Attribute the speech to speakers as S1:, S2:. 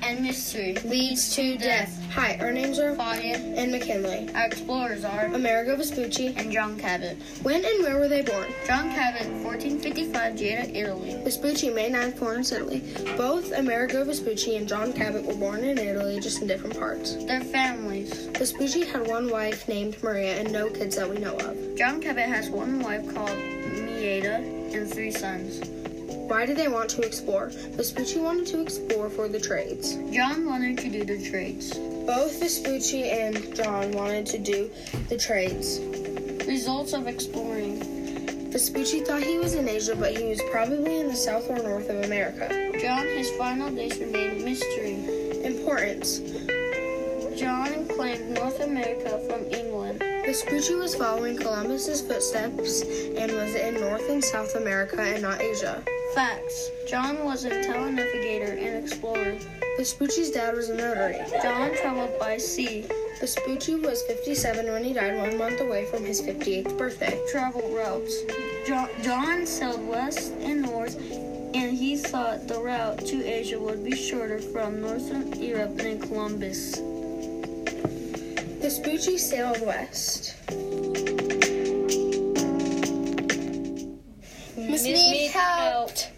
S1: history leads to death.
S2: Hi, our names are
S1: Claudian,
S2: and McKinley.
S1: our explorers are,
S2: Amerigo Vespucci.
S1: and John Cabot.
S2: When and where were they born?
S1: John Cabot, 1455, Jena, Italy.
S2: Vespucci, May 9th, Florence, Italy. Both Amerigo Vespucci and John Cabot were born in Italy, just in different parts.
S1: Their families.
S2: Vespucci had one wife named Maria and no kids that we know of.
S1: John Cabot has one wife called Mieta and three sons.
S2: Why did they want to explore? Vespucci wanted to explore for the trades.
S1: John wanted to do the trades.
S2: Both Vespucci and John wanted to do the trades.
S1: Results of exploring.
S2: Vespucci thought he was in Asia, but he was probably in the south or north of America.
S1: John, his final days remained mystery.
S2: Importance
S1: John claimed North America from England.
S2: Vespucci was following Columbus's footsteps and was in North and South America and not Asia.
S1: Facts. John was a telenavigator and explorer.
S2: Vespucci's dad was a notary.
S1: John traveled by sea.
S2: Vespucci was 57 when he died, one month away from his 58th birthday.
S1: travel routes. John, John sailed west and north, and he thought the route to Asia would be shorter from northern Europe than Columbus.
S2: Vespucci sailed west. Miss,
S1: Miss Mead
S2: helped.